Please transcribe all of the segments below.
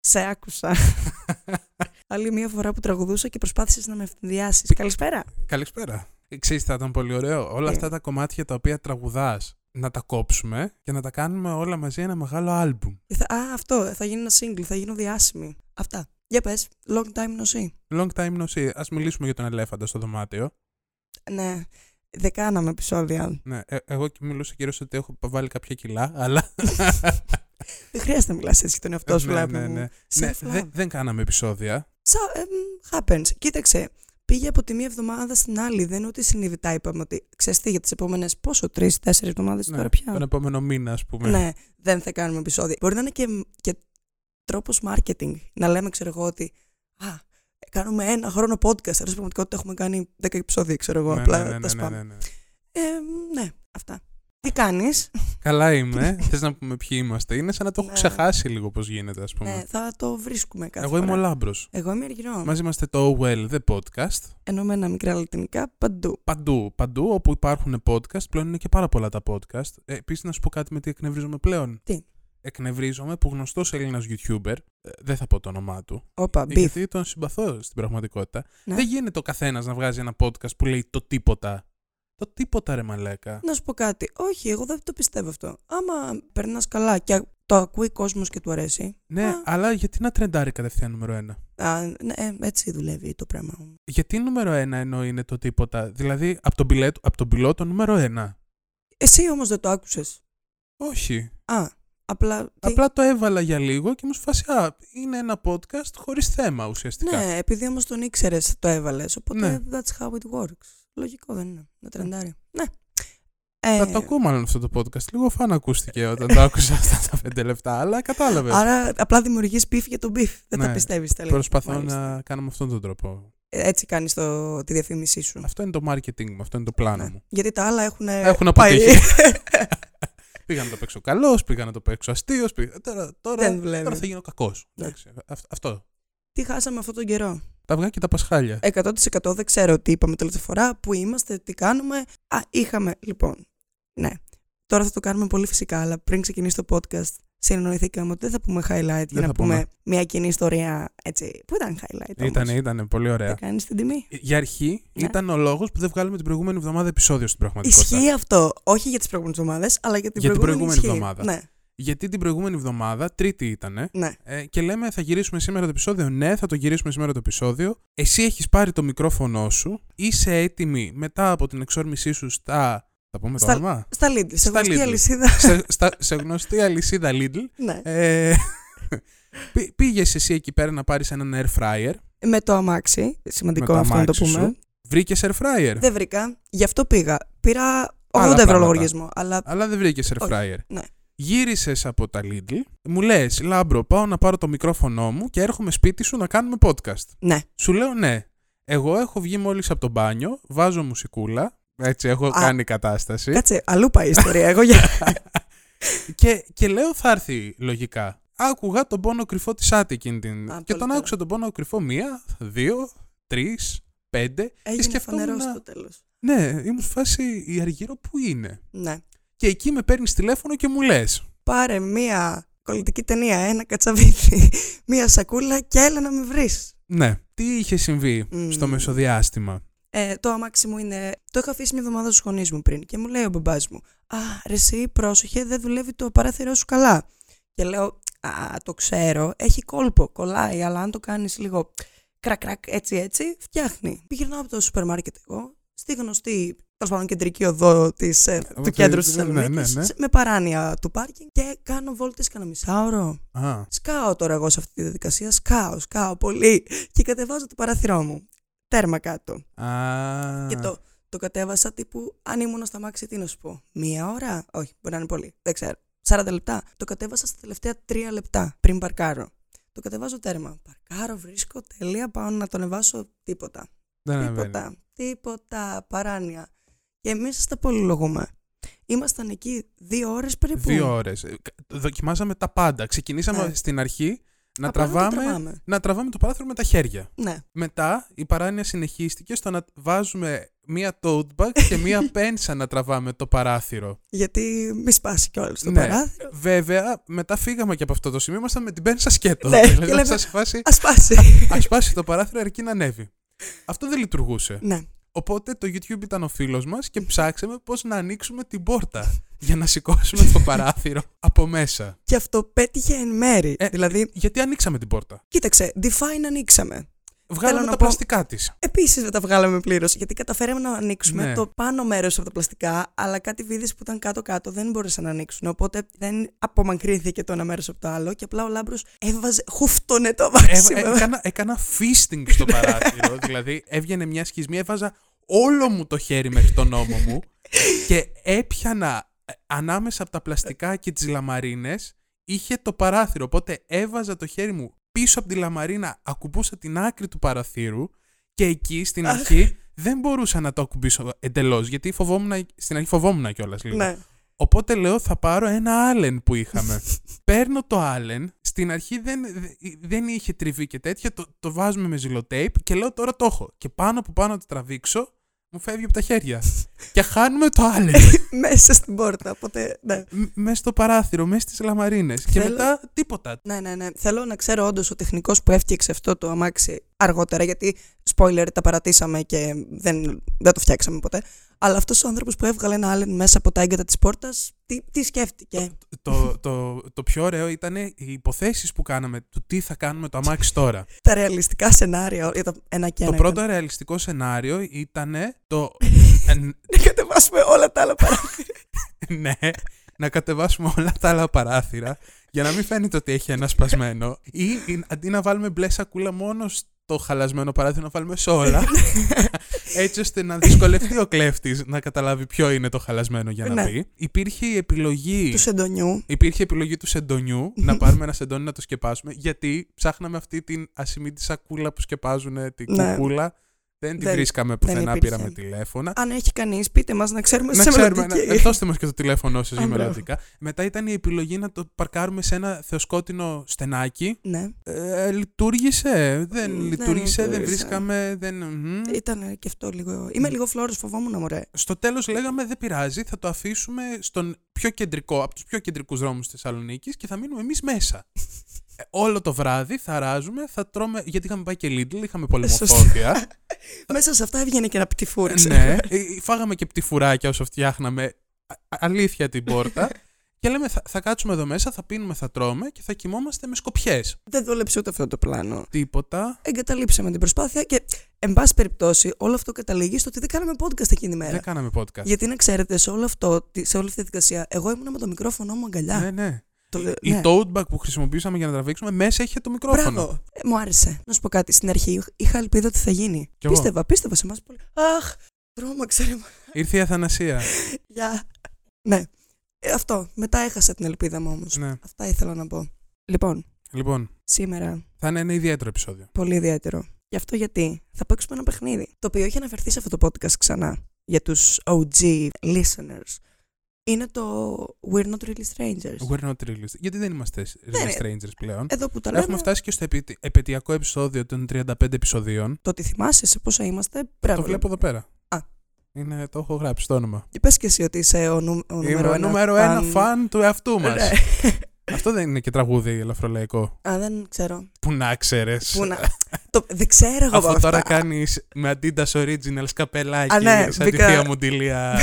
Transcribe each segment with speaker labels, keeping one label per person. Speaker 1: Σε άκουσα. Άλλη μία φορά που τραγουδούσα και προσπάθησες να με ευθυνδιάσει. Καλησπέρα.
Speaker 2: Καλησπέρα. Ξέρεις, θα ήταν πολύ ωραίο όλα
Speaker 1: Ε.
Speaker 2: αυτά τα κομμάτια τα οποία τραγουδάς να τα κόψουμε και να τα κάνουμε όλα μαζί ένα μεγάλο άλμπουμ.
Speaker 1: Και θα- Α, αυτό. Θα γίνει ένα single. Θα γίνω διάσημη. Αυτά. Για πες. Long time no see.
Speaker 2: Long time no see. Ας μιλήσουμε για τον ελέφαντα στο δωμάτιο.
Speaker 1: Ναι. Δεν κάναμε επεισόδια.
Speaker 2: Ναι, ε, εγώ και μιλούσα κυρίως ότι έχω βάλει κάποια κιλά, αλλά...
Speaker 1: Δεν χρειάζεται να μιλάς έτσι για τον εαυτό σου,
Speaker 2: ναι,
Speaker 1: λάπη
Speaker 2: ναι,
Speaker 1: μου.
Speaker 2: ναι. Ναι,
Speaker 1: Self-love.
Speaker 2: δεν- δεν κάναμε επεισόδια.
Speaker 1: So, um, happens. Κοίταξε. Πήγε από τη μία εβδομάδα στην άλλη. Δεν είναι ότι συνειδητά είπαμε ότι ξέρεις για τις επόμενες πόσο, τρει-τέσσερι εβδομάδες
Speaker 2: Ναι,
Speaker 1: τώρα πια.
Speaker 2: Τον επόμενο μήνα, ας πούμε.
Speaker 1: Ναι, δεν θα κάνουμε επεισόδια. Μπορεί να είναι και, και τρόπος marketing. Να λέμε, ξέρω εγώ, ότι Α, κάνουμε ένα χρόνο podcast. Αλλά στην πραγματικότητα έχουμε κάνει 10 επεισόδια, ξέρω εγώ.
Speaker 2: Ναι,
Speaker 1: απλά
Speaker 2: ναι, ναι,
Speaker 1: τα
Speaker 2: ναι,
Speaker 1: σπάμε.
Speaker 2: ναι, ναι.
Speaker 1: Ε, ναι, αυτά. Τι κάνεις.
Speaker 2: Καλά είμαι. Θες να πούμε ποιοι είμαστε. Είναι σαν να το έχω
Speaker 1: Ναι.
Speaker 2: ξεχάσει λίγο πώς γίνεται, ας πούμε.
Speaker 1: Ναι, θα το βρίσκουμε κάθε
Speaker 2: Εγώ είμαι ο
Speaker 1: φορά.
Speaker 2: Λάμπρος.
Speaker 1: Εγώ είμαι αργυρό.
Speaker 2: Μαζί είμαστε το Well The Podcast.
Speaker 1: Ενωμένα μικρά λατινικά παντού.
Speaker 2: Παντού, παντού όπου υπάρχουν podcast, πλέον είναι και πάρα πολλά τα podcast. Ε, Επίσης, να σου πω κάτι με τι εκνευρίζομαι πλέον.
Speaker 1: Τι?
Speaker 2: Εκνευρίζομαι που γνωστός Έλληνας YouTuber, ε, δεν θα πω το όνομά του,
Speaker 1: Όπα,
Speaker 2: ε,
Speaker 1: μπιφ.
Speaker 2: γιατί τον συμπαθώ στην πραγματικότητα.
Speaker 1: Ναι.
Speaker 2: Δεν γίνεται ο καθένας να βγάζει ένα podcast που λέει το τίποτα. Το τίποτα, ρε μαλέκα.
Speaker 1: Να σου πω κάτι. Όχι, εγώ δεν το πιστεύω αυτό. Άμα περνάς καλά και το ακούει κόσμος και του αρέσει.
Speaker 2: Ναι,
Speaker 1: Α.
Speaker 2: αλλά γιατί να τρεντάρει κατευθείαν νούμερο ένα.
Speaker 1: Α, ναι, ε, έτσι δουλεύει το πράγμα.
Speaker 2: Γιατί νούμερο ένα ενώ είναι το τίποτα. Δηλαδή, από τον, πιλέτο, από τον πιλότο νούμερο ένα.
Speaker 1: Εσύ όμως δεν το άκουσες.
Speaker 2: Όχι.
Speaker 1: Α, απλά. τι-
Speaker 2: Απλά το έβαλα για λίγο και μου σφάσει, α, είναι ένα podcast χωρίς θέμα ουσιαστικά.
Speaker 1: Ναι, επειδή όμως τον ήξερες, το έβαλες. Οπότε
Speaker 2: Ναι.
Speaker 1: that's how it works. Λογικό δεν είναι. Να τρεντάρει. Ναι. Ε,
Speaker 2: Θα το ακούω μάλλον αυτό το podcast. Λίγο φαν ακούστηκε όταν το άκουσα αυτά τα πέντε λεπτά, αλλά κατάλαβες.
Speaker 1: Άρα απλά δημιουργείς beef για τον beef. Δεν
Speaker 2: Ναι.
Speaker 1: τα πιστεύεις τελικά.
Speaker 2: Προσπαθώ
Speaker 1: Μάλιστα.
Speaker 2: να κάνω με αυτόν τον τρόπο.
Speaker 1: Ε, Έτσι κάνεις τη διαφήμισή σου.
Speaker 2: Αυτό είναι το marketing μου, αυτό είναι το πλάνο
Speaker 1: Ναι.
Speaker 2: μου.
Speaker 1: Γιατί τα άλλα έχουν.
Speaker 2: Έχουν αποτύχει. πήγα να το παίξω καλό, πήγα να το παίξω αστείο. Πήγα... Τώρα,
Speaker 1: δεν
Speaker 2: τώρα, τώρα
Speaker 1: δουλεύει.
Speaker 2: θα γίνω κακός.
Speaker 1: Ναι.
Speaker 2: Αυτό.
Speaker 1: Τι χάσαμε αυτόν τον καιρό.
Speaker 2: Τα αυγά και τα πασχάλια.
Speaker 1: 100% δεν ξέρω τι είπαμε τελευταία φορά, πού είμαστε, τι κάνουμε. Α, είχαμε, λοιπόν. Ναι. Τώρα θα το κάνουμε πολύ φυσικά, αλλά πριν ξεκινήσει το podcast, συνεννοηθήκαμε ότι δεν θα πούμε highlight για
Speaker 2: Δεν
Speaker 1: να
Speaker 2: θα
Speaker 1: πούμε.
Speaker 2: πούμε.
Speaker 1: μια κοινή ιστορία. Έτσι. Πού ήταν highlight, όμως.
Speaker 2: Ήτανε, ήτανε πολύ ωραία. Ε,
Speaker 1: Θα κάνεις την τιμή.
Speaker 2: Για αρχή
Speaker 1: Ναι.
Speaker 2: ήταν ο λόγος που δεν βγάλαμε την προηγούμενη εβδομάδα επεισόδιο στην πραγματικότητα.
Speaker 1: Ισχύει αυτό. Όχι για τις προηγούμενες εβδομάδες, αλλά για την
Speaker 2: Για την
Speaker 1: προηγούμενη,
Speaker 2: προηγούμενη
Speaker 1: ισχύει.
Speaker 2: εβδομάδα. Γιατί την προηγούμενη εβδομάδα, Τρίτη ήταν,
Speaker 1: Ναι, ναι.
Speaker 2: ε, και λέμε θα γυρίσουμε σήμερα το επεισόδιο. Ναι, θα το γυρίσουμε σήμερα το επεισόδιο. Εσύ έχεις πάρει το μικρόφωνο σου, είσαι έτοιμη μετά από την εξόρμησή σου στα. Θα πούμε το
Speaker 1: Στα-
Speaker 2: όνομα.
Speaker 1: Στα Lidl, σε
Speaker 2: Στα
Speaker 1: γνωστή
Speaker 2: Lidl.
Speaker 1: αλυσίδα.
Speaker 2: σε, στα- σε γνωστή αλυσίδα Lidl.
Speaker 1: ναι.
Speaker 2: Ε, Πήγες εσύ εκεί πέρα να πάρεις έναν air fryer.
Speaker 1: Με το αμάξι. Σημαντικό
Speaker 2: Ε. Με το
Speaker 1: αυτό να το
Speaker 2: αμάξι
Speaker 1: πούμε.
Speaker 2: σου. Βρήκες air fryer.
Speaker 1: Δεν βρήκα. Γι' αυτό πήγα. Πήρα 80
Speaker 2: Άλλα
Speaker 1: ευρώ
Speaker 2: πράγματα.
Speaker 1: λογαριασμό. Αλλά
Speaker 2: Αλλά δεν βρήκες air
Speaker 1: Όχι,
Speaker 2: fryer.
Speaker 1: ναι.
Speaker 2: Γύρισες από τα Lidl, μου λες: Λάμπρο, πάω να πάρω το μικρόφωνο μου και έρχομαι σπίτι σου να κάνουμε podcast.
Speaker 1: ναι.
Speaker 2: Σου λέω ναι. Εγώ έχω βγει μόλις από το μπάνιο, βάζω μουσικούλα. Έτσι, έχω κάνει κατάσταση.
Speaker 1: Κάτσε, αλλού πάει η ιστορία. Εγώ για.
Speaker 2: Και, και λέω θα έρθει λογικά. Άκουγα τον πόνο κρυφό της Άτη εκείνη την.
Speaker 1: Α,
Speaker 2: και
Speaker 1: πολύ
Speaker 2: τον
Speaker 1: καλά.
Speaker 2: άκουσα τον πόνο κρυφό μία, δύο, τρεις, πέντε.
Speaker 1: Έγινε
Speaker 2: Ε, σκεφτόμουν
Speaker 1: φανερός
Speaker 2: να-
Speaker 1: στο τέλος.
Speaker 2: Ναι, ήμουν σε φάση η Αργύρο που είναι.
Speaker 1: Ναι.
Speaker 2: Και εκεί με παίρνεις τηλέφωνο και μου λες.
Speaker 1: Πάρε μία κολλητική ταινία, ένα κατσαβίδι, μία σακούλα και έλα να με βρεις.
Speaker 2: Ναι, τι είχε συμβεί
Speaker 1: Μμμ.
Speaker 2: στο μεσοδιάστημα.
Speaker 1: Ε, το αμάξι μου είναι. Το είχα αφήσει μια εβδομάδα στους γονείς μου πριν και μου λέει ο μπαμπάς μου: Α, ρε, εσύ πρόσεχε, δεν δουλεύει το παράθυρό σου καλά. Και λέω: Α, το ξέρω, έχει κόλπο, κολλάει, αλλά αν το κάνεις λίγο κρακ, κρακ, έτσι, έτσι, φτιάχνει. Πηγαίνω από το σούπερ μάρκετ εγώ, στη γνωστή, τέλος πάντων, κεντρική οδό της, ε,
Speaker 2: Οδό
Speaker 1: του
Speaker 2: της-
Speaker 1: κέντρου της
Speaker 2: ναι, ναι,
Speaker 1: Θεσσαλονίκης,
Speaker 2: ναι.
Speaker 1: με παράνοια του πάρκινγκ και κάνω βόλτες κανένα μισάωρο.
Speaker 2: Α,
Speaker 1: Σκάω τώρα εγώ σε αυτή τη διαδικασία, σκάω, σκάω πολύ και κατεβάζω το παράθυρό μου. Τέρμα κάτω.
Speaker 2: α,
Speaker 1: Και το, το κατέβασα τύπου, αν ήμουν στα μάξι, τι να σου πω. Μία ώρα, όχι, μπορεί να είναι πολύ, δεν ξέρω. 40 λεπτά. Το κατέβασα στα τελευταία 3 λεπτά πριν παρκάρω. Το κατεβάζω τέρμα. Παρκάρω, βρίσκω, τέλεια, πάω να τον ανεβάσω. Τίποτα.
Speaker 2: δεν ανεβαίνει.
Speaker 1: τίποτα. Τίποτα. Παράνοια. Και εμείς τα πολυλογούμε. Ήμασταν εκεί δύο ώρες περίπου.
Speaker 2: Ε, Δύο ώρες. Δοκιμάσαμε τα πάντα. Ξεκινήσαμε
Speaker 1: Λοιπόν. Ναι.
Speaker 2: στην αρχή Να
Speaker 1: Απλά δεν το
Speaker 2: τραβάμε,
Speaker 1: τραβάμε.
Speaker 2: να τραβάμε το παράθυρο με τα χέρια.
Speaker 1: Ναι.
Speaker 2: Μετά η παράνοια συνεχίστηκε στο να βάζουμε μία tote bag και μία πένσα να τραβάμε το παράθυρο.
Speaker 1: Γιατί μη σπάσει κιόλας το
Speaker 2: Ναι.
Speaker 1: παράθυρο.
Speaker 2: Βέβαια, μετά φύγαμε και από αυτό το σημείο, ήμασταν με την πένσα σκέτο.
Speaker 1: Ναι, και
Speaker 2: δηλαδή,
Speaker 1: λέμε,
Speaker 2: θα σπάσει,
Speaker 1: Ας σπάσει.
Speaker 2: ας σπάσει το παράθυρο αρκεί να ανέβει. Αυτό δεν λειτουργούσε.
Speaker 1: ναι.
Speaker 2: Οπότε το YouTube ήταν ο φίλος μας και ψάξαμε πώς να ανοίξουμε την πόρτα για να σηκώσουμε το παράθυρο από μέσα.
Speaker 1: Και αυτό πέτυχε εν μέρη.
Speaker 2: Ε,
Speaker 1: δηλαδή,
Speaker 2: Γιατί ανοίξαμε την πόρτα.
Speaker 1: κοίταξε, define ανοίξαμε.
Speaker 2: Βγάλαμε
Speaker 1: να
Speaker 2: τα
Speaker 1: πω-
Speaker 2: πλαστικά της.
Speaker 1: Επίσης δεν τα βγάλαμε πλήρως, γιατί καταφέραμε να ανοίξουμε
Speaker 2: Ναι.
Speaker 1: το πάνω μέρος από τα πλαστικά, αλλά κάτι βίδες που ήταν κάτω-κάτω δεν μπόρεσαν να ανοίξουν. Οπότε δεν απομακρύνθηκε το ένα μέρος από το άλλο και απλά ο λάμπρος έβαζε, χούφτωνε το βάσιμο.
Speaker 2: έκανα, έκανα fisting
Speaker 1: Ναι.
Speaker 2: στο παράθυρο. δηλαδή έβγαινε μια σχισμή, έβαζα όλο μου το χέρι μέχρι τον ώμο μου και έπιανα ε, ανάμεσα από τα πλαστικά και τις λαμαρίνες είχε το παράθυρο. Οπότε έβαζα το χέρι μου πίσω από τη λαμαρίνα, ακουμπούσα την άκρη του παραθύρου και εκεί στην
Speaker 1: Αχ.
Speaker 2: αρχή δεν μπορούσα να το ακουμπήσω εντελώς γιατί φοβόμουν, στην αρχή φοβόμουν κιόλας λίγο.
Speaker 1: ναι.
Speaker 2: Οπότε λέω θα πάρω ένα Allen που είχαμε. Παίρνω το Allen, στην αρχή δεν, δεν είχε τριβή και τέτοια, το, το βάζουμε με ζυλοτέιπ και λέω τώρα το έχω. Και πάνω που πάνω το τραβήξω, μου φεύγει από τα χέρια. και χάνουμε το Allen.
Speaker 1: Μέσα στην πόρτα. Οπότε, ναι.
Speaker 2: Μ- μέσα στο παράθυρο, μέσα στις λαμαρίνες. και
Speaker 1: Θέλω-
Speaker 2: μετά τίποτα.
Speaker 1: Ναι, ναι, ναι. Θέλω να ξέρω όντως ο τεχνικός που έφτιαξε αυτό το αμάξι αργότερα, γιατί spoiler τα παρατήσαμε και δεν, δεν το φτιάξαμε ποτέ. Αλλά αυτός ο άνθρωπος που έβγαλε ένα Allen μέσα από τα έγκατα της πόρτας, τι, τι σκέφτηκε.
Speaker 2: το, το, το πιο ωραίο ήταν οι υποθέσεις που κάναμε, του τι θα κάνουμε το αμάξι τώρα.
Speaker 1: τα ρεαλιστικά σενάρια, για τα ένα και
Speaker 2: το
Speaker 1: ένα.
Speaker 2: πρώτο ρεαλιστικό σενάριο ήταν το...
Speaker 1: Να κατεβάσουμε όλα τα άλλα παρά.
Speaker 2: ναι, να κατεβάσουμε όλα τα άλλα παράθυρα για να μην φαίνεται ότι έχει ένα σπασμένο. Ή ή αντί να βάλουμε μπλε σακούλα μόνο στο χαλασμένο παράθυρο, να βάλουμε σε όλα. έτσι ώστε να δυσκολευτεί ο κλέφτης να καταλάβει ποιο είναι το χαλασμένο για να
Speaker 1: Ναι.
Speaker 2: πει. Υπήρχε η επιλογή.
Speaker 1: του σεντονιού.
Speaker 2: Υπήρχε η επιλογή του σεντονιού, να πάρουμε ένα σεντόνι να το σκεπάσουμε, γιατί ψάχναμε αυτή την ασημίτη σακούλα που σκεπάζουν την
Speaker 1: Ναι.
Speaker 2: κουκούλα. Δεν την
Speaker 1: Δεν-
Speaker 2: βρίσκαμε
Speaker 1: δεν
Speaker 2: πουθενά,
Speaker 1: υπήρχε.
Speaker 2: πήραμε τηλέφωνα
Speaker 1: Αν έχει κανείς, πείτε μας να ξέρουμε
Speaker 2: να
Speaker 1: σε
Speaker 2: ξέρουμε,
Speaker 1: μελλοντική.
Speaker 2: να, δώστε μας και το τηλέφωνό σας για
Speaker 1: Α, μπράβο.
Speaker 2: μελλοντικά. Μετά ήταν η επιλογή να το παρκάρουμε σε ένα θεοσκότεινο στενάκι.
Speaker 1: Ναι,
Speaker 2: Ε, λειτουργήσε, δεν
Speaker 1: Μ, δεν
Speaker 2: λειτουργήσε, δεν
Speaker 1: λειτουργήσε. Ε,
Speaker 2: βρίσκαμε, δεν... μμμ.
Speaker 1: Ναι, ήταν και αυτό λίγο. Είμαι λίγο φλόρος, φοβόμουν, μωρέ.
Speaker 2: Στο τέλος λέγαμε δεν πειράζει, θα το αφήσουμε στον πιο κεντρικό, από τους πιο κεντρικούς δρόμους της Θεσσαλονίκης και θα μείνουμε εμείς μέσα. Ε, όλο το βράδυ θα ράζουμε, θα τρώμε, γιατί είχαμε πάει και Lidl, είχαμε
Speaker 1: Ε,
Speaker 2: πολεμοφόδια.
Speaker 1: Μέσα σε αυτά έβγαινε και ένα πτυφούρι.
Speaker 2: Ναι, Ε, ε, φάγαμε και πτυφουράκια όσο φτιάχναμε α- αλήθεια την πόρτα. και λέμε θα, θα κάτσουμε εδώ μέσα, θα πίνουμε, θα τρώμε και θα κοιμόμαστε με σκοπιές.
Speaker 1: Δεν δούλεψε ούτε αυτό το πλάνο.
Speaker 2: Τίποτα.
Speaker 1: Εγκαταλείψαμε την προσπάθεια και, εν πάση περιπτώσει, όλο αυτό καταλήγει στο ότι δεν κάναμε podcast εκείνη τη μέρα.
Speaker 2: Δεν κάναμε podcast.
Speaker 1: Γιατί να ξέρετε, σε όλο αυτό, τη- σε όλη αυτή τη δικασία, εγώ ήμουν με το μικρόφωνο μου αγκαλιά.
Speaker 2: Ναι, ναι.
Speaker 1: Το,
Speaker 2: Η
Speaker 1: ναι.
Speaker 2: tote bag που χρησιμοποιήσαμε για να τραβήξουμε μέσα είχε το μικρόφωνο.
Speaker 1: Μπράβο. Ε, μου άρεσε. Να σου πω κάτι. Στην αρχή είχα ελπίδα ότι θα γίνει.
Speaker 2: Κι εγώ.
Speaker 1: πίστευα, πίστευα σε εμάς πολύ. Αχ, δρόμο, ξέρει
Speaker 2: Ήρθε η Αθανασία.
Speaker 1: Γεια. Ναι. Ε, αυτό. Μετά έχασα την ελπίδα μου όμως.
Speaker 2: ναι.
Speaker 1: Αυτά ήθελα να πω. Λοιπόν,
Speaker 2: Λοιπόν,
Speaker 1: σήμερα
Speaker 2: θα είναι ένα ιδιαίτερο επεισόδιο.
Speaker 1: πολύ ιδιαίτερο. Γι' αυτό γιατί θα παίξουμε ένα παιχνίδι. Το οποίο έχει αναφερθεί σε αυτό το podcast ξανά. Για τους OG listeners. Είναι το We're Not Really Strangers.
Speaker 2: We're not real Γιατί δεν είμαστε
Speaker 1: Ναι,
Speaker 2: real
Speaker 1: ναι.
Speaker 2: strangers πλέον.
Speaker 1: Εδώ που τα λέμε.
Speaker 2: Έχουμε φτάσει και στο επι- επαιτειακό επεισόδιο των 35 επεισοδίων.
Speaker 1: Το ότι θυμάσαι σε πόσα είμαστε. Μπράβο. ναι.
Speaker 2: Το βλέπω εδώ πέρα.
Speaker 1: Α.
Speaker 2: Είναι, το έχω γράψει το όνομα.
Speaker 1: Πες και εσύ ότι είσαι ο, νου, ο
Speaker 2: Είμαι
Speaker 1: νούμερο
Speaker 2: ο
Speaker 1: ένα
Speaker 2: νούμερο ένα φαν του εαυτού μας.
Speaker 1: Ναι.
Speaker 2: Αυτό δεν είναι και τραγούδι ελαφρολαϊκό.
Speaker 1: Α, δεν ξέρω.
Speaker 2: Που να ξέρε.
Speaker 1: Πού να... το... Δεν ξέρω εγώ
Speaker 2: Αφού
Speaker 1: αυτά.
Speaker 2: τώρα κάνεις με Adidas Originals καπελάκι,
Speaker 1: Α, ναι,
Speaker 2: σαν τη
Speaker 1: μπήκα-
Speaker 2: θεία μου τη Λία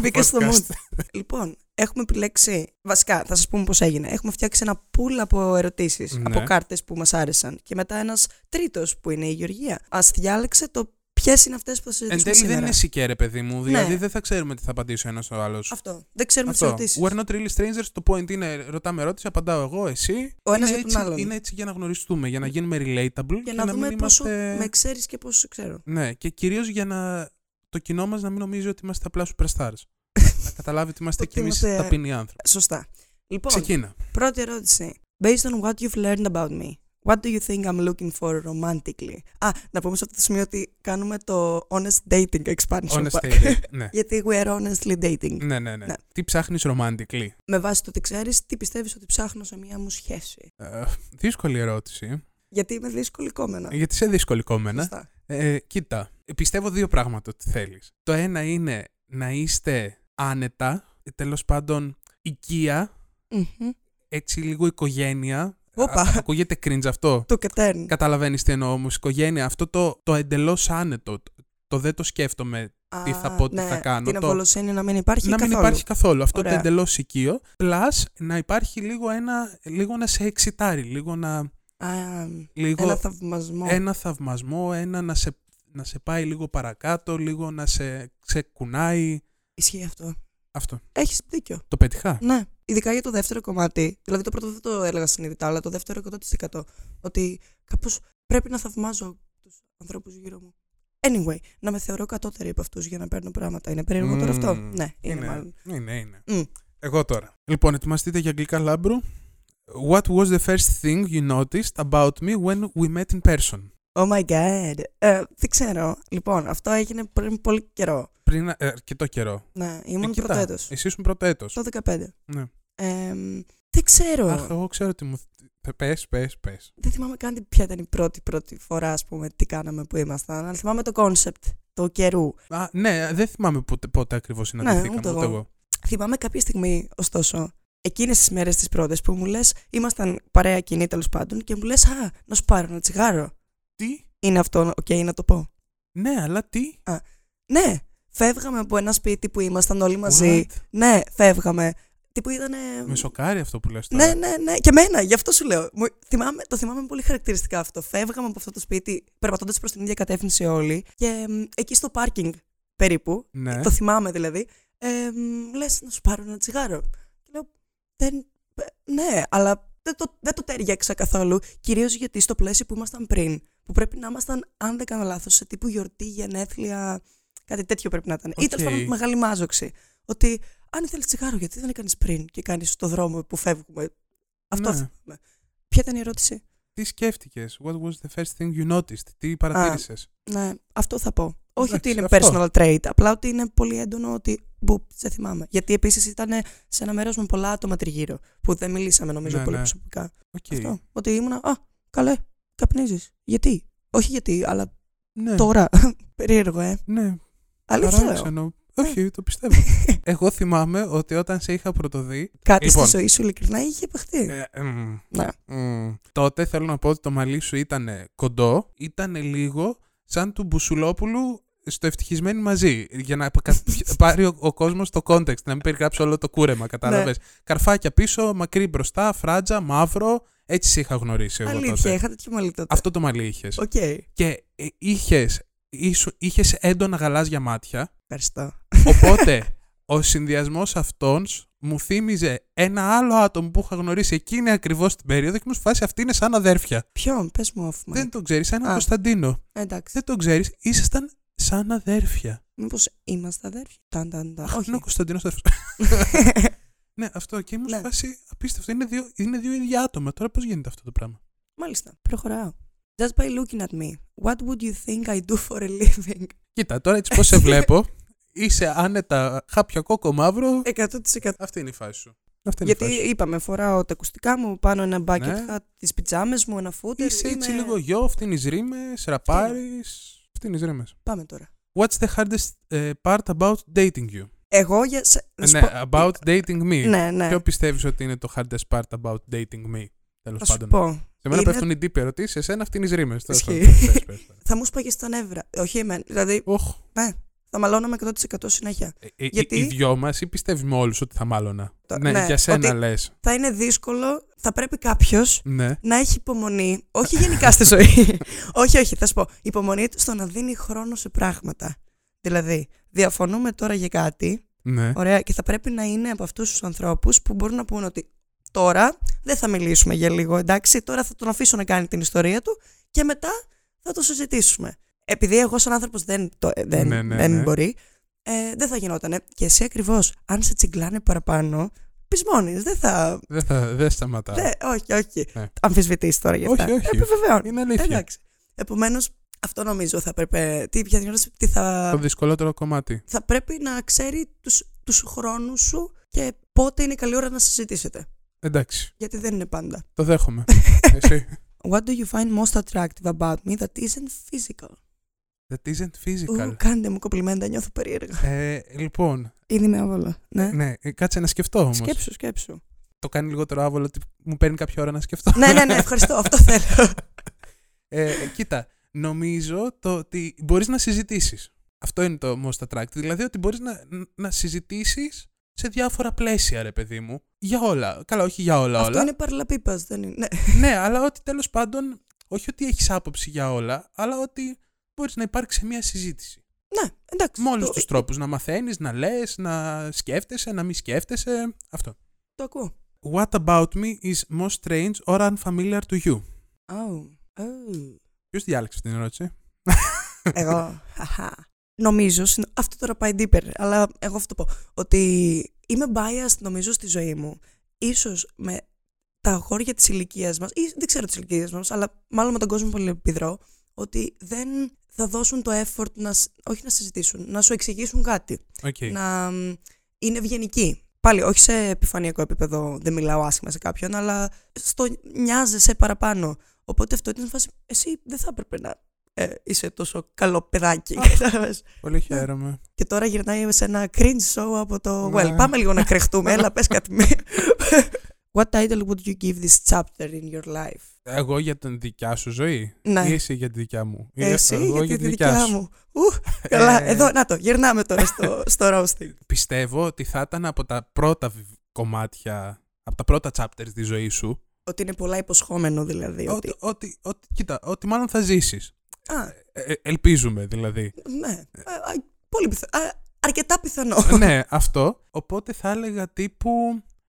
Speaker 1: Μπήκα στο
Speaker 2: podcast.
Speaker 1: mood. λοιπόν, έχουμε επιλέξει. Βασικά, θα σας πούμε πώς έγινε. Έχουμε φτιάξει ένα pool από ερωτήσεις,
Speaker 2: Ναι.
Speaker 1: από κάρτες που μας άρεσαν. Και μετά ένας τρίτος που είναι η Γεωργία. Ας διάλεξε το ποιε είναι αυτές που θα
Speaker 2: Εν
Speaker 1: συζητήσουμε
Speaker 2: τέλει
Speaker 1: σήμερα.
Speaker 2: δεν είναι σικέρε, παιδί μου. Δηλαδή δεν θα ξέρουμε τι θα απαντήσει ο ένας ο άλλος.
Speaker 1: Αυτό. Δεν ξέρουμε τις
Speaker 2: Αυτό.
Speaker 1: ερωτήσεις.
Speaker 2: We're not really strangers. Το point είναι ρωτάμε ερώτηση, απαντάω εγώ, εσύ.
Speaker 1: Ο ένας
Speaker 2: είναι,
Speaker 1: για τον
Speaker 2: έτσι,
Speaker 1: άλλον.
Speaker 2: είναι έτσι για να γνωριστούμε, για να γίνουμε relatable.
Speaker 1: Για να, δούμε
Speaker 2: μην
Speaker 1: πόσο
Speaker 2: είμαστε-
Speaker 1: με ξέρεις και πόσο σε ξέρω.
Speaker 2: Ναι, και κυρίως για να το κοινό μας να μην νομίζει ότι είμαστε απλά superstars. να καταλάβει ότι είμαστε
Speaker 1: Ότι
Speaker 2: κι εμείς
Speaker 1: είμαστε-
Speaker 2: ταπεινοί άνθρωποι.
Speaker 1: Σωστά. Λοιπόν,
Speaker 2: Ξεκίνα.
Speaker 1: πρώτη ερώτηση. Based on what you've learned about me, What do you think I'm looking for romantically? Α, να πούμε σε αυτό το σημείο ότι κάνουμε το honest dating expansion.
Speaker 2: Honest
Speaker 1: pack.
Speaker 2: dating. ναι.
Speaker 1: Γιατί we are honestly dating.
Speaker 2: ναι, ναι, ναι.
Speaker 1: Ναι.
Speaker 2: Τι ψάχνεις romantically.
Speaker 1: Με βάση το ότι ξέρεις τι πιστεύεις ότι ψάχνω σε μια μου σχέση.
Speaker 2: Ε, δύσκολη ερώτηση.
Speaker 1: Γιατί είμαι δύσκολη κόμενα.
Speaker 2: Γιατί σε δύσκολη κόμενα.
Speaker 1: Σωστά.
Speaker 2: Ε, κοίτα, ε, πιστεύω δύο πράγματα ότι θέλεις. Το ένα είναι να είστε άνετα, ε, τέλος πάντων οικία,
Speaker 1: Μμμ.
Speaker 2: έτσι λίγο οικογένεια.
Speaker 1: Όπα.
Speaker 2: Α- ακούγεται cringe αυτό.
Speaker 1: Το κατέρν.
Speaker 2: Καταλαβαίνεις τι εννοώ όμως, οικογένεια. Αυτό το, το εντελώς άνετο, το, το δεν το σκέφτομαι τι θα πω, τι
Speaker 1: ναι,
Speaker 2: θα κάνω,
Speaker 1: Την
Speaker 2: το-
Speaker 1: αβολοσύνη να μην υπάρχει
Speaker 2: να μην
Speaker 1: καθόλου.
Speaker 2: υπάρχει καθόλου. Αυτό
Speaker 1: Ωραία.
Speaker 2: το εντελώς οικείο. Plus, να υπάρχει λίγο, ένα, λίγο να σε εξητάρει, λίγο να.
Speaker 1: Α,
Speaker 2: Λίγο
Speaker 1: ένα θαυμασμό.
Speaker 2: ένα θαυμασμό, ένα να σε, να σε πάει λίγο παρακάτω, λίγο να σε ξεκουνάει.
Speaker 1: Ισχύει αυτό.
Speaker 2: Αυτό.
Speaker 1: Έχεις δίκιο.
Speaker 2: Το πετυχά.
Speaker 1: Ναι. Ειδικά για το δεύτερο κομμάτι. Δηλαδή το πρώτο δεν το έλεγα συνειδητά, αλλά το δεύτερο 100%. Ότι κάπως πρέπει να θαυμάζω τους ανθρώπους γύρω μου. Anyway, να με θεωρώ κατώτερη από αυτούς για να παίρνω πράγματα. Είναι περίεργο τώρα αυτό.
Speaker 2: Μμμ.
Speaker 1: Ναι, είναι, μάλλον.
Speaker 2: Είναι, είναι.
Speaker 1: Μμ.
Speaker 2: Εγώ τώρα. Λοιπόν, ετοιμαστείτε για αγγλικά λάμπρου. What was the first thing you noticed about me when we met in person?
Speaker 1: Oh my god. Ε, δεν ξέρω. Λοιπόν, αυτό έγινε πριν πολύ καιρό.
Speaker 2: Πριν ε, αρκετό καιρό.
Speaker 1: Ναι,
Speaker 2: Ε,
Speaker 1: ήμουν
Speaker 2: κοίτα,
Speaker 1: πρωτέτος.
Speaker 2: Εσύ ήσουν πρωτέτος.
Speaker 1: Το 15.
Speaker 2: Ναι.
Speaker 1: Εμ, δεν ξέρω.
Speaker 2: Αχ, εγώ ξέρω τι μου... Πες, πες, πες.
Speaker 1: Δεν θυμάμαι καν τι- ποια ήταν η πρώτη πρώτη φορά, ας πούμε, τι κάναμε που ήμασταν. Αλλά θυμάμαι το κόνσεπτ του καιρού.
Speaker 2: Α, ναι, δεν θυμάμαι πότε, πότε ακριβώς συναντηθήκαμε.
Speaker 1: Ναι, ούτε
Speaker 2: ούτε
Speaker 1: εγώ.
Speaker 2: εγώ.
Speaker 1: Θυμάμαι κάποια στιγμή, ωστόσο, εκείνες τις μέρες τις πρώτες που μου λες, ήμασταν παρέα κοινή τέλος πάντων και μου λες, Α, να σου πάρω ένα τσιγάρο.
Speaker 2: Τι,
Speaker 1: Είναι αυτό, οκ, να το πω.
Speaker 2: ναι, αλλά τι.
Speaker 1: Ναι, φεύγαμε από ένα σπίτι που ήμασταν όλοι μαζί.
Speaker 2: What?
Speaker 1: Ναι, φεύγαμε. Τι που ήταν.
Speaker 2: Με σοκάρει αυτό που λες τώρα.
Speaker 1: Ναι, ναι, ναι. Και μένα, γι' αυτό σου λέω. Μου- Θυμάμαι, το θυμάμαι πολύ χαρακτηριστικά αυτό. Φεύγαμε από αυτό το σπίτι, περπατώντας προς την ίδια κατεύθυνση όλοι. Και μ, εκεί στο πάρκινγκ περίπου,
Speaker 2: Ναι.
Speaker 1: το θυμάμαι δηλαδή, ε, μ, λες να σου πάρω ένα τσιγάρο. Και λέω, δεν, ε, ναι, αλλά δεν το, δεν το τέριαξα καθόλου. Κυρίως γιατί στο πλαίσιο που ήμασταν πριν, που πρέπει να ήμασταν, αν δεν κάνω λάθος, σε τύπου γιορτή, γενέθλια, κάτι τέτοιο πρέπει να ήταν. Ή τέλος
Speaker 2: Οκ.
Speaker 1: πάντων μεγάλη μάζοξη. Ότι αν θέλεις τσιγάρο, γιατί δεν κάνει πριν και κάνεις το δρόμο που φεύγουμε. Αυτό
Speaker 2: Ναι.
Speaker 1: θυμάμαι. Ποια ήταν η ερώτηση.
Speaker 2: Τι σκέφτηκες, What was the first thing you noticed, τι παρατήρησες.
Speaker 1: Ναι, αυτό θα πω. Όχι
Speaker 2: Εντάξει,
Speaker 1: ότι είναι
Speaker 2: αυτό.
Speaker 1: personal trait, απλά ότι είναι πολύ έντονο ότι μπουπ, σε θυμάμαι. Γιατί επίσης ήταν σε ένα μέρος με πολλά άτομα τριγύρω, που δεν μιλήσαμε νομίζω
Speaker 2: Ναι,
Speaker 1: πολύ
Speaker 2: ναι.
Speaker 1: προσωπικά.
Speaker 2: Οκ.
Speaker 1: Αυτό. Ότι ήμουνα, Α, καλέ, καπνίζεις. Γιατί. Όχι γιατί, αλλά
Speaker 2: Ναι,
Speaker 1: τώρα. Περίεργο, ε.
Speaker 2: ναι,
Speaker 1: Αλήθεια. λέω. Ναι.
Speaker 2: παράξενο. Όχι, το πιστεύω. εγώ θυμάμαι ότι όταν σε είχα πρωτοδεί.
Speaker 1: Κάτι
Speaker 2: Λοιπόν.
Speaker 1: στη ζωή σου ειλικρινά είχε παχθεί.
Speaker 2: Ε, εμ,
Speaker 1: Ναι.
Speaker 2: μ, τότε θέλω να πω ότι το μαλλί σου ήταν κοντό, ήταν λίγο σαν του Μπουσουλόπουλου στο ευτυχισμένοι μαζί. Για να κα- πάρει ο, ο κόσμος το context, να μην περιγράψει όλο το κούρεμα, κατάλαβε.
Speaker 1: Ναι.
Speaker 2: Καρφάκια πίσω, μακρύ μπροστά, φράτζα, μαύρο. Έτσι σε είχα γνωρίσει εγώ
Speaker 1: Αλήθεια,
Speaker 2: τότε.
Speaker 1: είχα τέτοιο μαλλί τότε.
Speaker 2: Αυτό το μαλλί είχες.
Speaker 1: Οκ.
Speaker 2: και είχε είχες έντονα γαλάζια μάτια.
Speaker 1: Ευχαριστώ.
Speaker 2: Οπότε ο συνδυασμός αυτών μου θύμιζε ένα άλλο άτομο που είχα γνωρίσει εκείνη ακριβώ την περίοδο και μου σφάσει αυτή είναι σαν αδέρφια.
Speaker 1: Ποιον, πες μου, off mic.
Speaker 2: Δεν τον ξέρεις, σαν έναν
Speaker 1: Α.
Speaker 2: Κωνσταντίνο.
Speaker 1: Εντάξει.
Speaker 2: Δεν τον ξέρεις, ήσασταν σαν αδέρφια.
Speaker 1: Μήπως είμαστε αδέρφια. Ταν, ταν, ταν.
Speaker 2: Αχ,
Speaker 1: Όχι.
Speaker 2: είναι ο Κωνσταντίνος αδέρφιο. ναι, αυτό και μου
Speaker 1: Ναι.
Speaker 2: σφάσει απίστευτο. Είναι δύο, είναι δύο ίδια άτομα. Τώρα πώς γίνεται αυτό το πράγμα.
Speaker 1: Μάλιστα. Προχωράω. Just by looking at me, what would you think I do for a living?
Speaker 2: Κοίτα, τώρα έτσι πώς σε βλέπω, είσαι άνετα χάπια κόκο μαύρο.
Speaker 1: 100%.
Speaker 2: Αυτή είναι η φάση σου. Ε, Αυτή είναι
Speaker 1: Γιατί
Speaker 2: η φάση σου.
Speaker 1: είπαμε, φοράω τα ακουστικά μου, πάνω ένα bucket
Speaker 2: Ναι.
Speaker 1: hat, τις πιτζάμες μου, ένα φούτερ.
Speaker 2: Είσαι έτσι
Speaker 1: είμαι-
Speaker 2: λίγο γιο, φτύνεις ρήμες, ραπάρεις. Φτύνεις ρήμες.
Speaker 1: Πάμε τώρα.
Speaker 2: What's the hardest ε, part about dating you?
Speaker 1: Εγώ για... σε- να σου
Speaker 2: ναι,
Speaker 1: πω-
Speaker 2: about dating me.
Speaker 1: Ναι, ναι.
Speaker 2: Ποιο πιστεύεις ότι είναι το hardest part about dating me, τέλος
Speaker 1: Θα σου
Speaker 2: πάντων.
Speaker 1: πω.
Speaker 2: Σε μένα
Speaker 1: Είναι-
Speaker 2: πέφτουν οι τύποι ερωτήσει, σε εσένα αυτήν οι ρήμε.
Speaker 1: Ισχύει. Θα μου σπάγες τα νεύρα. Όχι εμένα. Δηλαδή,
Speaker 2: Οχ.
Speaker 1: θα μαλώναμε 100% συνέχεια.
Speaker 2: Ε, ε,
Speaker 1: Γιατί-
Speaker 2: Οι δυο μας ή πιστεύουμε όλους ότι θα μάλλωνα.
Speaker 1: Το-
Speaker 2: Ναι,
Speaker 1: ναι,
Speaker 2: για σένα
Speaker 1: ότι-
Speaker 2: λες.
Speaker 1: Θα είναι δύσκολο, θα πρέπει κάποιος
Speaker 2: Ναι.
Speaker 1: να έχει υπομονή, όχι γενικά στη ζωή. όχι, όχι, θα σου πω. Υπομονή του στο να δίνει χρόνο σε πράγματα. Δηλαδή, διαφωνούμε τώρα για κάτι,
Speaker 2: ναι.
Speaker 1: ωραία, και θα πρέπει να είναι από αυτούς τους ανθρώπους που μπορούν να πούν ότι τώρα δεν θα μιλήσουμε για λίγο, εντάξει, τώρα θα τον αφήσω να κάνει την ιστορία του και μετά θα το συζητήσουμε. Επειδή εγώ σαν άνθρωπος δεν, το, ε, δεν,
Speaker 2: Ναι, ναι,
Speaker 1: δεν
Speaker 2: ναι.
Speaker 1: μπορεί, ε, δεν θα γινότανε. Και εσύ ακριβώς, αν σε τσιγκλάνε παραπάνω, πισμώνει. Δεν θα.
Speaker 2: Δεν, θα, δεν σταματάω.
Speaker 1: δεν- όχι, όχι.
Speaker 2: Ναι.
Speaker 1: Αμφισβητήσεις τώρα για
Speaker 2: Όχι,
Speaker 1: αυτά.
Speaker 2: όχι.
Speaker 1: Επιβεβαιώνω.
Speaker 2: Είναι αλήθεια.
Speaker 1: Εντάξει. Επομένως, αυτό νομίζω θα πρέπει. Τι, για την ερώτηση, τι θα,
Speaker 2: Το δυσκολότερο κομμάτι.
Speaker 1: θα πρέπει να ξέρει τους, τους χρόνους σου και πότε είναι η καλή ώρα να συζητήσετε.
Speaker 2: Εντάξει.
Speaker 1: Γιατί δεν είναι πάντα.
Speaker 2: Το δέχομαι. Εσύ.
Speaker 1: What do you find most attractive about me that isn't physical?
Speaker 2: That isn't
Speaker 1: Ου,
Speaker 2: physical.
Speaker 1: κάντε μου κοπλιμέντα, νιώθω περίεργα.
Speaker 2: Ε, λοιπόν,
Speaker 1: Ήδη με άβολα. Ναι.
Speaker 2: ναι, ε, κάτσε να σκεφτώ όμως.
Speaker 1: Σκέψου, σκέψου.
Speaker 2: Το κάνει λιγότερο άβολο ότι μου παίρνει κάποια ώρα να σκεφτώ.
Speaker 1: ναι, ναι, ναι, ευχαριστώ. Αυτό θέλω.
Speaker 2: Ε, κοίτα, νομίζω το ότι μπορείς να συζητήσεις. Αυτό είναι το most attractive. Δηλαδή ότι μπορείς να, να συζητήσεις σε διάφορα πλαίσια, ρε παιδί μου. Για όλα. Καλά, όχι για όλα
Speaker 1: Αυτό
Speaker 2: όλα.
Speaker 1: είναι παρλαπίπα, δεν είναι. Ναι.
Speaker 2: Ναι, αλλά ότι τέλος πάντων, όχι ότι έχεις άποψη για όλα, αλλά ότι μπορείς να υπάρξει μια συζήτηση.
Speaker 1: Ναι, εντάξει.
Speaker 2: Με όλους
Speaker 1: το,
Speaker 2: τους τρόπους. Να μαθαίνεις, να λες, να σκέφτεσαι, να μην σκέφτεσαι. Αυτό.
Speaker 1: το ακούω.
Speaker 2: What about me is most strange or unfamiliar to you.
Speaker 1: Oh. Oh.
Speaker 2: Ποιος διάλεξε αυτή την ερώτηση.
Speaker 1: Εγώ. Χαχά. Νομίζω. συν- Αυτό τώρα πάει deeper, αλλά εγώ αυτό πω. Ότι είμαι biased νομίζω στη ζωή μου. Ίσως με τα αγόρια της ηλικίας μας, ή δεν ξέρω της ηλικίας μας, αλλά μάλλον με τον κόσμο που επιδρώ, ότι δεν θα δώσουν το effort να, σ- όχι να συζητήσουν, να σου εξηγήσουν κάτι.
Speaker 2: Okay.
Speaker 1: Να μ, είναι ευγενικοί. Πάλι, όχι σε επιφανειακό επίπεδο, δεν μιλάω άσχημα σε κάποιον, αλλά στο νοιάζεσαι παραπάνω. Οπότε αυτό ήταν φάση. Εσύ δεν θα έπρεπε να ε, είσαι τόσο καλό παιδάκι. κατάλαβες.
Speaker 2: Πολύ χαίρομαι.
Speaker 1: και τώρα γυρνάει σε ένα cringe show από το.
Speaker 2: Ναι.
Speaker 1: Well, πάμε λίγο να κρεχτούμε. Έλα, πες κάτι. με. What title would you give this chapter in your life?
Speaker 2: Εγώ για την δικιά σου ζωή.
Speaker 1: Ναι.
Speaker 2: Ή εσύ για τη δικιά μου. Ή
Speaker 1: Ε, Εσύ
Speaker 2: εγώ
Speaker 1: για τη δικιά μου. Ου, καλά,
Speaker 2: Ε.
Speaker 1: εδώ, να το, γυρνάμε τώρα στο, στο roasting.
Speaker 2: Πιστεύω ότι θα ήταν από τα πρώτα βι- κομμάτια, από τα πρώτα chapters της ζωής σου,
Speaker 1: Ότι είναι πολλά υποσχόμενο δηλαδή.
Speaker 2: ότι,
Speaker 1: Ότι...
Speaker 2: ότι, ότι, κοίτα, ότι μάλλον θα ζήσεις.
Speaker 1: Α,
Speaker 2: Ε, ε, ελπίζουμε δηλαδή.
Speaker 1: Ναι. Α, α, Πολύ πιθανό. Αρκετά πιθανό.
Speaker 2: ναι, αυτό. Οπότε θα έλεγα τύπου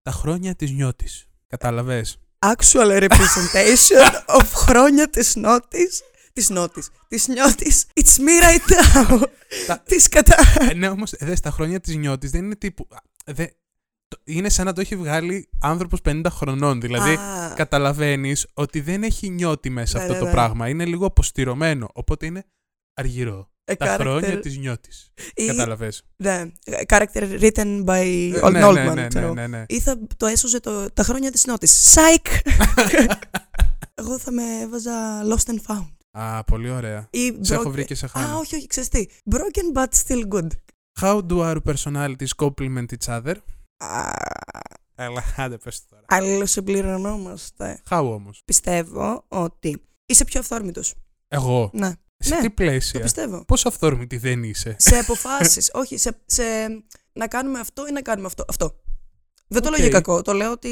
Speaker 2: τα χρόνια της νιώτης. Κατάλαβες.
Speaker 1: Actual representation of χρόνια της νότης. Της νότης. Της νιώτης. It's me right now.
Speaker 2: Τα-
Speaker 1: της κατά...
Speaker 2: Ε, ναι, όμως, ε, δες, τα χρόνια της νιώτης δεν είναι τύπου... α, δε- το- είναι σαν να το έχει βγάλει άνθρωπος 50 χρονών. Δηλαδή,
Speaker 1: Α,
Speaker 2: καταλαβαίνεις ότι δεν έχει νιώτη μέσα
Speaker 1: Ναι,
Speaker 2: αυτό
Speaker 1: ναι,
Speaker 2: το
Speaker 1: ναι.
Speaker 2: πράγμα. Είναι λίγο αποστηρωμένο. Οπότε είναι αργυρό.
Speaker 1: a
Speaker 2: Τα
Speaker 1: ε, character-
Speaker 2: χρόνια της νιώτης.
Speaker 1: ή-
Speaker 2: Κατάλαβες.
Speaker 1: Ναι. a Character written by Old
Speaker 2: Ναι,
Speaker 1: Oldman.
Speaker 2: ναι, ναι,
Speaker 1: ξέρω.
Speaker 2: ναι, ναι, ναι.
Speaker 1: Ή θα το έσωζε το, τα χρόνια της νότης. Σάικ! Εγώ θα με έβαζα Lost and Found.
Speaker 2: Α, πολύ ωραία.
Speaker 1: Ή
Speaker 2: Σε έχω
Speaker 1: Broken-
Speaker 2: βρει και σε
Speaker 1: Α,
Speaker 2: χάνω.
Speaker 1: όχι, όχι, ξέρεις τι. Broken but still good.
Speaker 2: How do our personalities complement each other? Έλα, άντε πες το τώρα.
Speaker 1: Αλληλοσυμπληρωνόμαστε.
Speaker 2: How όμως.
Speaker 1: Πιστεύω ότι είσαι πιο αυθόρμητος.
Speaker 2: Εγώ.
Speaker 1: Ναι,
Speaker 2: Σε
Speaker 1: Ναι,
Speaker 2: τι
Speaker 1: το
Speaker 2: πλαίσια.
Speaker 1: πιστεύω.
Speaker 2: Πώς αυθόρμητη δεν είσαι.
Speaker 1: σε αποφάσεις. όχι, σε, σε, να κάνουμε αυτό ή να κάνουμε αυτό. Αυτό. Δεν το λέω
Speaker 2: Οκ.
Speaker 1: για κακό. Το λέω ότι.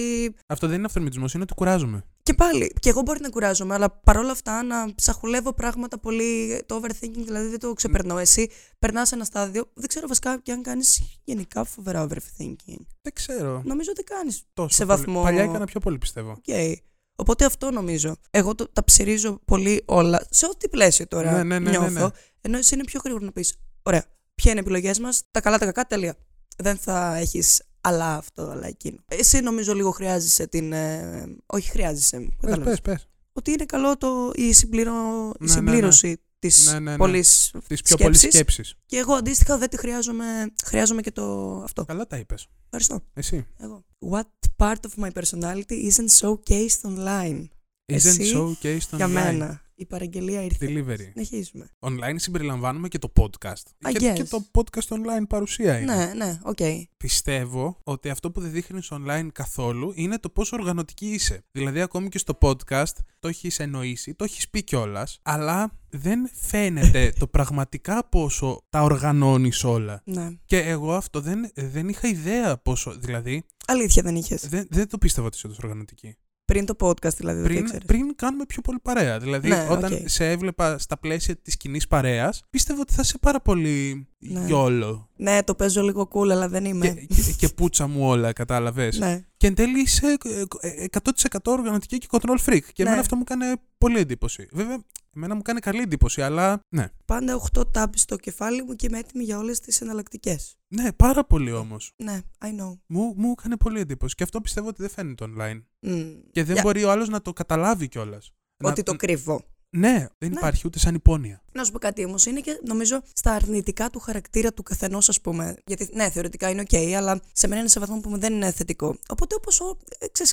Speaker 2: Αυτό δεν είναι αυθορμητισμός, είναι ότι κουράζομαι.
Speaker 1: Και πάλι, και εγώ μπορεί να κουράζομαι, αλλά παρόλα αυτά να ψαχουλεύω πράγματα πολύ. Το overthinking δηλαδή δεν το ξεπερνώ. Εσύ περνάς ένα στάδιο. Δεν ξέρω βασικά και αν κάνεις γενικά φοβερά overthinking.
Speaker 2: Δεν ξέρω.
Speaker 1: Νομίζω ότι κάνεις.
Speaker 2: Τόσο
Speaker 1: Ναι, σε
Speaker 2: πολύ.
Speaker 1: βαθμό-
Speaker 2: Παλιά έκανα πιο πολύ πιστεύω.
Speaker 1: Okay. Οπότε αυτό νομίζω. Εγώ το, τα ψυρίζω πολύ όλα. Σε ό,τι πλαίσιο τώρα
Speaker 2: Ναι, ναι, ναι, ναι,
Speaker 1: νιώθω.
Speaker 2: ναι.
Speaker 1: Ενώ εσύ είναι πιο γρήγορο να πεις: Ωραία, ποια είναι οι επιλογές μας, τα καλά, τα κακά, τέλεια. Δεν θα έχεις αλλά αυτό, αλλά εκείνο. Εσύ νομίζω λίγο χρειάζεσαι την. ε, όχι, χρειάζεσαι.
Speaker 2: Πες,
Speaker 1: κατάλαβες.
Speaker 2: πες, πες.
Speaker 1: Ότι είναι καλό το, η, συμπληρω, η
Speaker 2: ναι, ναι.
Speaker 1: συμπλήρωση της
Speaker 2: Ναι, ναι, ναι.
Speaker 1: πολλής
Speaker 2: Τις πιο πολλές
Speaker 1: Σκέψεις.
Speaker 2: σκέψεις.
Speaker 1: Και εγώ αντίστοιχα δεν τη χρειάζομαι. Χρειάζομαι και το αυτό.
Speaker 2: Καλά τα είπες.
Speaker 1: Ευχαριστώ.
Speaker 2: Εσύ.
Speaker 1: Εγώ. What part of my personality isn't showcased online?
Speaker 2: Isn't
Speaker 1: Εσύ,
Speaker 2: showcased online.
Speaker 1: Για μένα. Η παραγγελία ήρθε.
Speaker 2: Delivery.
Speaker 1: Συνεχίζουμε.
Speaker 2: Online συμπεριλαμβάνουμε και το podcast.
Speaker 1: I
Speaker 2: και,
Speaker 1: guess.
Speaker 2: και το podcast online παρουσία είναι.
Speaker 1: Ναι, ναι, οκ.
Speaker 2: Πιστεύω ότι αυτό που δεν δείχνεις online καθόλου είναι το πόσο οργανωτική είσαι. Δηλαδή, ακόμη και στο podcast το έχεις εννοήσει, το έχεις πει κιόλας, αλλά δεν φαίνεται το πραγματικά πόσο τα οργανώνεις όλα.
Speaker 1: Ναι.
Speaker 2: Και εγώ αυτό δεν, δεν είχα ιδέα πόσο. Δηλαδή,
Speaker 1: Αλήθεια δεν είχες.
Speaker 2: δεν, δεν το πίστευα ότι είσαι τόσο οργανωτική.
Speaker 1: Πριν το podcast δηλαδή, δεν
Speaker 2: πριν,
Speaker 1: ήξερες.
Speaker 2: πριν κάνουμε πιο πολύ παρέα. Δηλαδή,
Speaker 1: Ναι,
Speaker 2: όταν
Speaker 1: οκ.
Speaker 2: σε έβλεπα στα πλαίσια της κοινής παρέας, πίστευα ότι θα είσαι πάρα πολύ
Speaker 1: Ναι.
Speaker 2: γιόλο.
Speaker 1: Ναι, το παίζω λίγο cool, αλλά δεν είμαι.
Speaker 2: Και, και, και πούτσα μου όλα, κατάλαβες.
Speaker 1: Ναι.
Speaker 2: Και εν τέλει είσαι ε, ε, 100% οργανωτική και control freak. Και
Speaker 1: Ναι.
Speaker 2: εμένα αυτό μου έκανε πολύ εντύπωση. Βέβαια, Εμένα μου κάνει καλή εντύπωση, αλλά ναι.
Speaker 1: Πάντα 8 τάμπ στο κεφάλι μου και είμαι έτοιμη για όλες τις εναλλακτικές.
Speaker 2: Ναι, πάρα πολύ όμως.
Speaker 1: Ναι, I know.
Speaker 2: Μου, μου έκανε πολύ εντύπωση. Και αυτό πιστεύω ότι δεν φαίνεται online.
Speaker 1: Μμ.
Speaker 2: Και δεν
Speaker 1: Για-
Speaker 2: μπορεί ο άλλος να το καταλάβει κιόλας.
Speaker 1: Ότι το κρύβω.
Speaker 2: Ναι, δεν
Speaker 1: Ναι.
Speaker 2: υπάρχει ούτε σαν υπόνοια.
Speaker 1: Να σου πω κάτι όμως. Είναι και νομίζω στα αρνητικά του χαρακτήρα του καθενός, ας πούμε. Γιατί ναι, θεωρητικά είναι οκ, αλλά σε μένα είναι σε βαθμό που δεν είναι θετικό. Οπότε όπως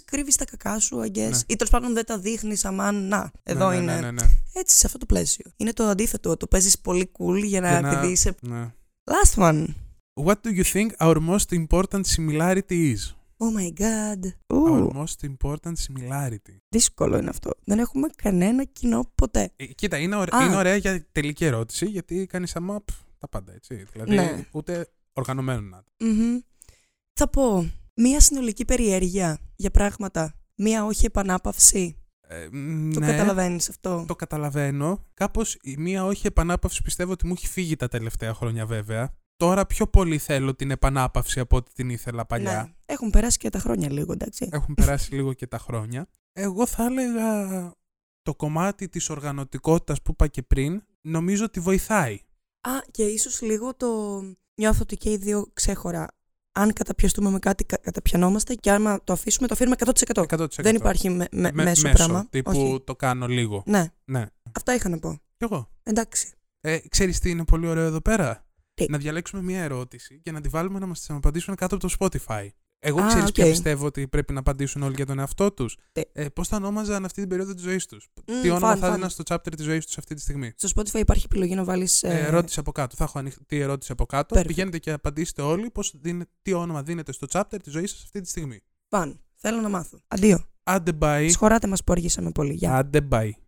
Speaker 1: κρύβεις τα κακά σου, αγκέ,
Speaker 2: Ναι.
Speaker 1: ή τέλος πάντων δεν τα δείχνεις, αμάν, να, εδώ
Speaker 2: ναι, ναι,
Speaker 1: είναι.
Speaker 2: Ναι, ναι, ναι.
Speaker 1: Έτσι, σε αυτό το πλαίσιο. Είναι το αντίθετο. Το παίζεις πολύ cool για να,
Speaker 2: Και να-
Speaker 1: επειδή είσαι.
Speaker 2: ναι.
Speaker 1: Last one.
Speaker 2: What do you think our most important similarity is?
Speaker 1: Oh my god.
Speaker 2: Our
Speaker 1: Ου,
Speaker 2: most important similarity.
Speaker 1: δύσκολο είναι αυτό. Δεν έχουμε κανένα κοινό ποτέ.
Speaker 2: Ε, κοίτα, είναι, ωρα-
Speaker 1: Α.
Speaker 2: είναι ωραία για τελική ερώτηση, γιατί κάνεις αμά πφ, τα πάντα, έτσι. Δηλαδή,
Speaker 1: Ναι.
Speaker 2: ούτε οργανωμένο να.
Speaker 1: Μμμ. Θα πω μία συνολική περιέργεια για πράγματα. Μία όχι επανάπαυση.
Speaker 2: Ε,
Speaker 1: Το
Speaker 2: ναι,
Speaker 1: καταλαβαίνεις αυτό.
Speaker 2: Το καταλαβαίνω. Κάπως η μία όχι επανάπαυση πιστεύω ότι μου έχει φύγει τα τελευταία χρόνια βέβαια. Τώρα πιο πολύ θέλω την επανάπαυση από ό,τι την ήθελα παλιά.
Speaker 1: Ναι. Έχουν περάσει και τα χρόνια λίγο, εντάξει.
Speaker 2: Έχουν περάσει λίγο και τα χρόνια. Εγώ θα έλεγα το κομμάτι της οργανωτικότητας που είπα και πριν, νομίζω ότι βοηθάει.
Speaker 1: Α, και ίσως λίγο το. Νιώθω ότι και οι δύο ξέχωρα. Αν καταπιαστούμε με κάτι, κα- καταπιανόμαστε και άμα το αφήσουμε, το αφήνουμε 100%.
Speaker 2: 100%.
Speaker 1: Δεν υπάρχει με, με-
Speaker 2: Με-
Speaker 1: μέσο, πράγμα.
Speaker 2: Τύπου
Speaker 1: Όχι.
Speaker 2: το κάνω λίγο.
Speaker 1: Ναι.
Speaker 2: Ναι.
Speaker 1: Αυτά είχα να πω.
Speaker 2: Κι εγώ.
Speaker 1: Εντάξει.
Speaker 2: Ε, ξέρεις τι είναι πολύ ωραίο εδώ πέρα.
Speaker 1: Τι?
Speaker 2: Να διαλέξουμε μια ερώτηση και να τη βάλουμε να μας τις απαντήσουν κάτω από το Spotify. Εγώ
Speaker 1: Α,
Speaker 2: ξέρεις
Speaker 1: οκ.
Speaker 2: ποια πιστεύω ότι πρέπει να απαντήσουν όλοι για τον εαυτό τους.
Speaker 1: Τι?
Speaker 2: Ε, πώς θα ονόμαζαν αυτή την περίοδο της ζωής τους.
Speaker 1: Μμ,
Speaker 2: τι όνομα
Speaker 1: fun,
Speaker 2: θα
Speaker 1: fun.
Speaker 2: έδιναν στο chapter της ζωής τους αυτή τη στιγμή.
Speaker 1: Στο Spotify υπάρχει επιλογή να βάλεις.
Speaker 2: Ε, ερώτηση από κάτω. Θα έχω ανοιχτή ερώτηση από κάτω.
Speaker 1: Perfect.
Speaker 2: Πηγαίνετε και απαντήστε όλοι πώς δίνε- τι όνομα δίνετε στο chapter της ζωής σας αυτή τη στιγμή.
Speaker 1: Θέλω να μάθω. Αντίο.
Speaker 2: Άντε bye.
Speaker 1: Σχωράτε μας που αργήσαμε πολύ. Γεια.
Speaker 2: Άντε bye.